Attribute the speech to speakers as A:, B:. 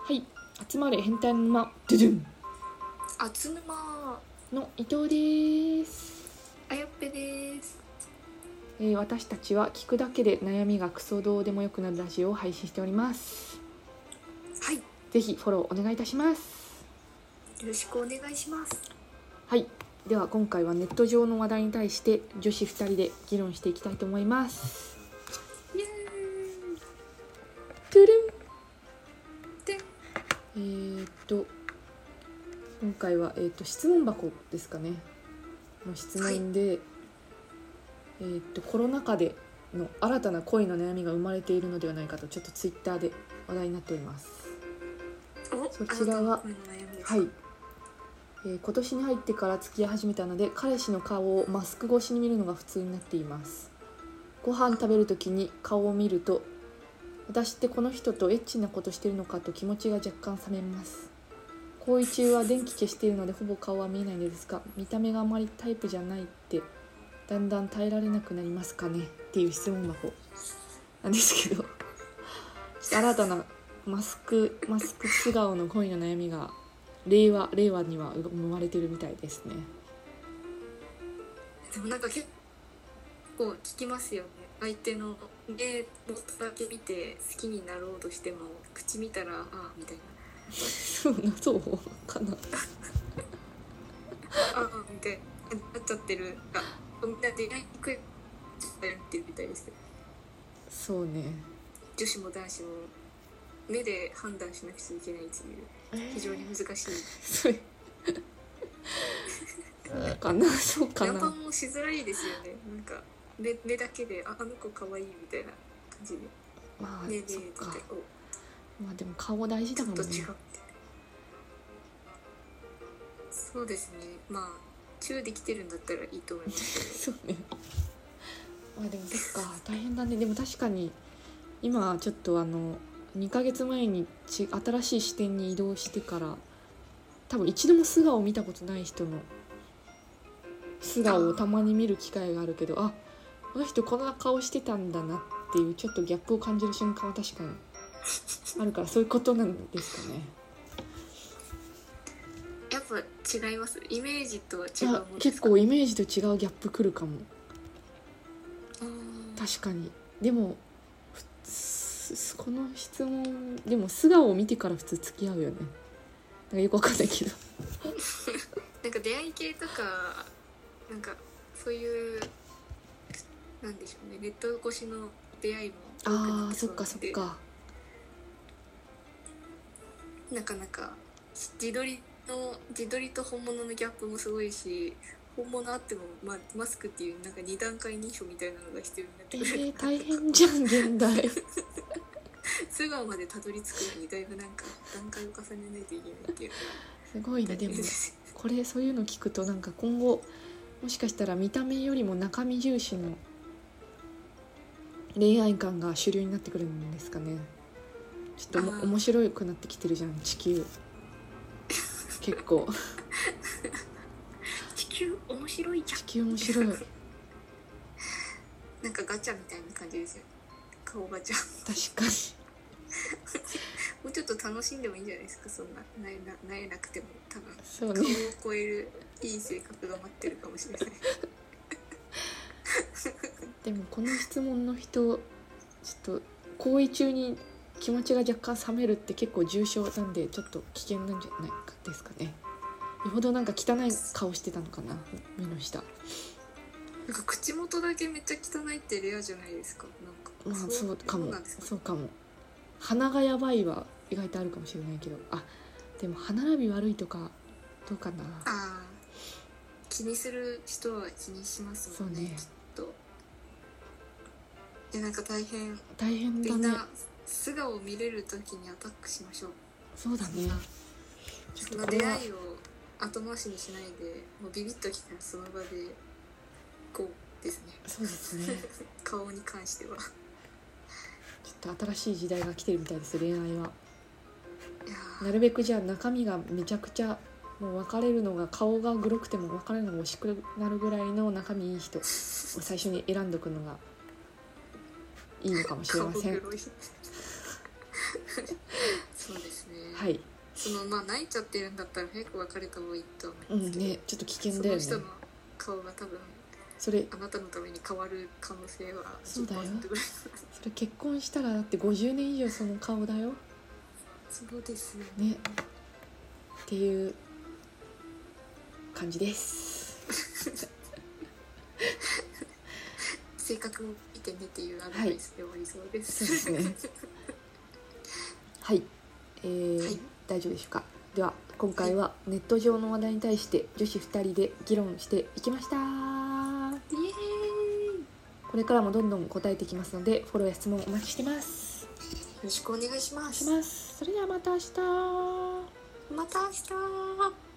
A: はい集まれ変態の沼ドゥドゥン
B: あつぬま
A: の伊藤です、
B: あやっぺです
A: えー私たちは聞くだけで悩みがクソどうでもよくなるラジオを配信しております
B: はいよ
A: ぜひフォローお願いいたします
B: ろしくお願いします
A: はいでは今回はネット上の話題に対して女子2人で議論していきたいと思います
B: イエーイ
A: トゥルン
B: てん
A: えー、っと今回は、えー、っと質問箱ですかねの質問で、えー、っとコロナ禍での新たな恋の悩みが生まれているのではないかとちょっとツイッターで話題になっております
B: お
A: そちらは
B: あなたの声の悩みです
A: はい、えー今年に入ってから付き合い始めたので彼氏の顔をマスク越しに見るのが普通になっていますご飯食べる時に顔を見ると私ってこの人とエッチなことしてるのかと気持ちが若干冷めます行為中は電気消しているのでほぼ顔は見えないのですが見た目があまりタイプじゃないってだんだん耐えられなくなりますかねっていう質問箱なんですけど 新たなマスクマスク素顔の恋の悩みが令和令和には生まれてるみたいですね
B: でもなんか結構聞きますよね相手の目をだけ見て好きになろうとしても口見たらああみたいな
A: そうなそうかな
B: ああみたいななっちゃってるあみんな出会いにくいってなってるみたいですけど
A: そうね
B: 女子も男子も目で判断しなくちゃいけないっていう非常に難しい
A: そ れかなそうか
B: ナンパ
A: な
B: もしづらいですよねなんか目目だけでああの子可愛いみたいな感じで「
A: まあ
B: ねえねえ」
A: そっ
B: って言っ
A: か
B: てお
A: まあでも顔大事
B: ち
A: だ
B: ょ
A: もん
B: っと
A: ね
B: 違うみたいなそうですねまあチューできてるんだったらいいと思います
A: そうねまあでもそっか大変だねでも確かに今ちょっとあの2ヶ月前にち新しい視点に移動してから多分一度も素顔を見たことない人の素顔をたまに見る機会があるけどあこの人こんな顔してたんだなっていうちょっとギャップを感じる瞬間は確かにあるからそういうことなんですかね。
B: やっぱ違いますイメージとは違
A: いうや
B: もんです
A: 結
B: か
A: 構イメージと違うギャップくるかも。
B: あー
A: 確かにでもふすこの質問でも素顔を見てから普通付き合うよねなんかよくわかんないけど
B: なんか出会い系とかなんかそういうなんでしょうねネット越しの出会いも多くな
A: あ
B: て
A: ーそっかそっ
B: で
A: か
B: なかなか自撮りの自撮りと本物のギャップもすごいし本物あっても、まあ、マスクっていうなんか二段階認証みたいなのが必要になっ
A: え
B: てくる、
A: ー、大変じゃん現代
B: 素顔までたどり着くのにだいぶなんか段階を重ねないといけないっていうか
A: すごいねでもこれそういうの聞くとなんか今後もしかしたら見た目よりも中身重視の恋愛観が主流になってくるんですかねちょっと
B: あ
A: も
B: ー
A: 面白くなってきてるじゃん地球結構
B: 地球面白いじゃ
A: 地球面白い
B: んなんかガチャみたいな感じですよ顔ガチャ
A: 確かに
B: もうちょっと楽しんでもいいんじゃないですかそんななえななえなくても多分
A: そう
B: 顔を
A: ね
B: 超えるいい性格が待ってるかもしれない
A: でもこの質問の人ちょっと行為中に気持ちが若干冷めるって結構重症なんでちょっと危険なんじゃないかですかねよほどなんか汚い顔してたのかな目の下
B: なんか口元だけめっちゃ汚いってレアじゃないですか。なん
A: まあ
B: か。
A: そうか
B: そ
A: も
B: うなんですか。
A: そうかも鼻がやばいは意外とあるかもしれないけどあでも歯並び悪いとかどうかな
B: ああ。気にする人は気にしますもんね。
A: そうね
B: きっと。で、なんか大変。
A: 大変
B: み
A: だ
B: ん
A: ね
B: な素顔を見れるときにアタックしましょう。
A: そうだねち
B: そ
A: ょっ
B: の
A: とこれ
B: 出
A: は
B: 会いを後回しにしないで、もうビビッときたらその場で。こうですね。
A: そうですね
B: 顔に関しては。
A: ちょっと新しい時代が来てるみたいです恋愛は。
B: いやー
A: なるべくじゃあ中身がめちゃくちゃもう別れるのが顔がグロくても別れるのが惜しくなるぐらいの中身いい人を最初に選んどくのがいいのかもしれ
B: 顔
A: ません。
B: 黒いそうですね。
A: はい、
B: そのまあ泣いちゃってるんだったら早く別れた方がいいとは
A: う
B: 思うん
A: ん
B: ですけど、
A: ね、ちょっと危険
B: そ
A: だよ
B: の
A: ね
B: 人の顔が多分
A: それ
B: あなたのために変わる可能性は
A: そうだよ
B: 10%ぐらい
A: それ結婚したらだって50年以上その顔だよ
B: そうですよね
A: ねっていう感じです
B: 性格を見てねっていうアドバイスで終わり そうです、
A: そうですねはい、えー
B: はい
A: 大丈夫でしょうかでは今回はネット上の話題に対して女子2人で議論していきました
B: イエーイよ
A: これからもどんどん答えていきますのでフォローや質問お待ちしてます
B: ろしくお願いしま
A: し
B: す
A: ますそれではまた明日
B: また明日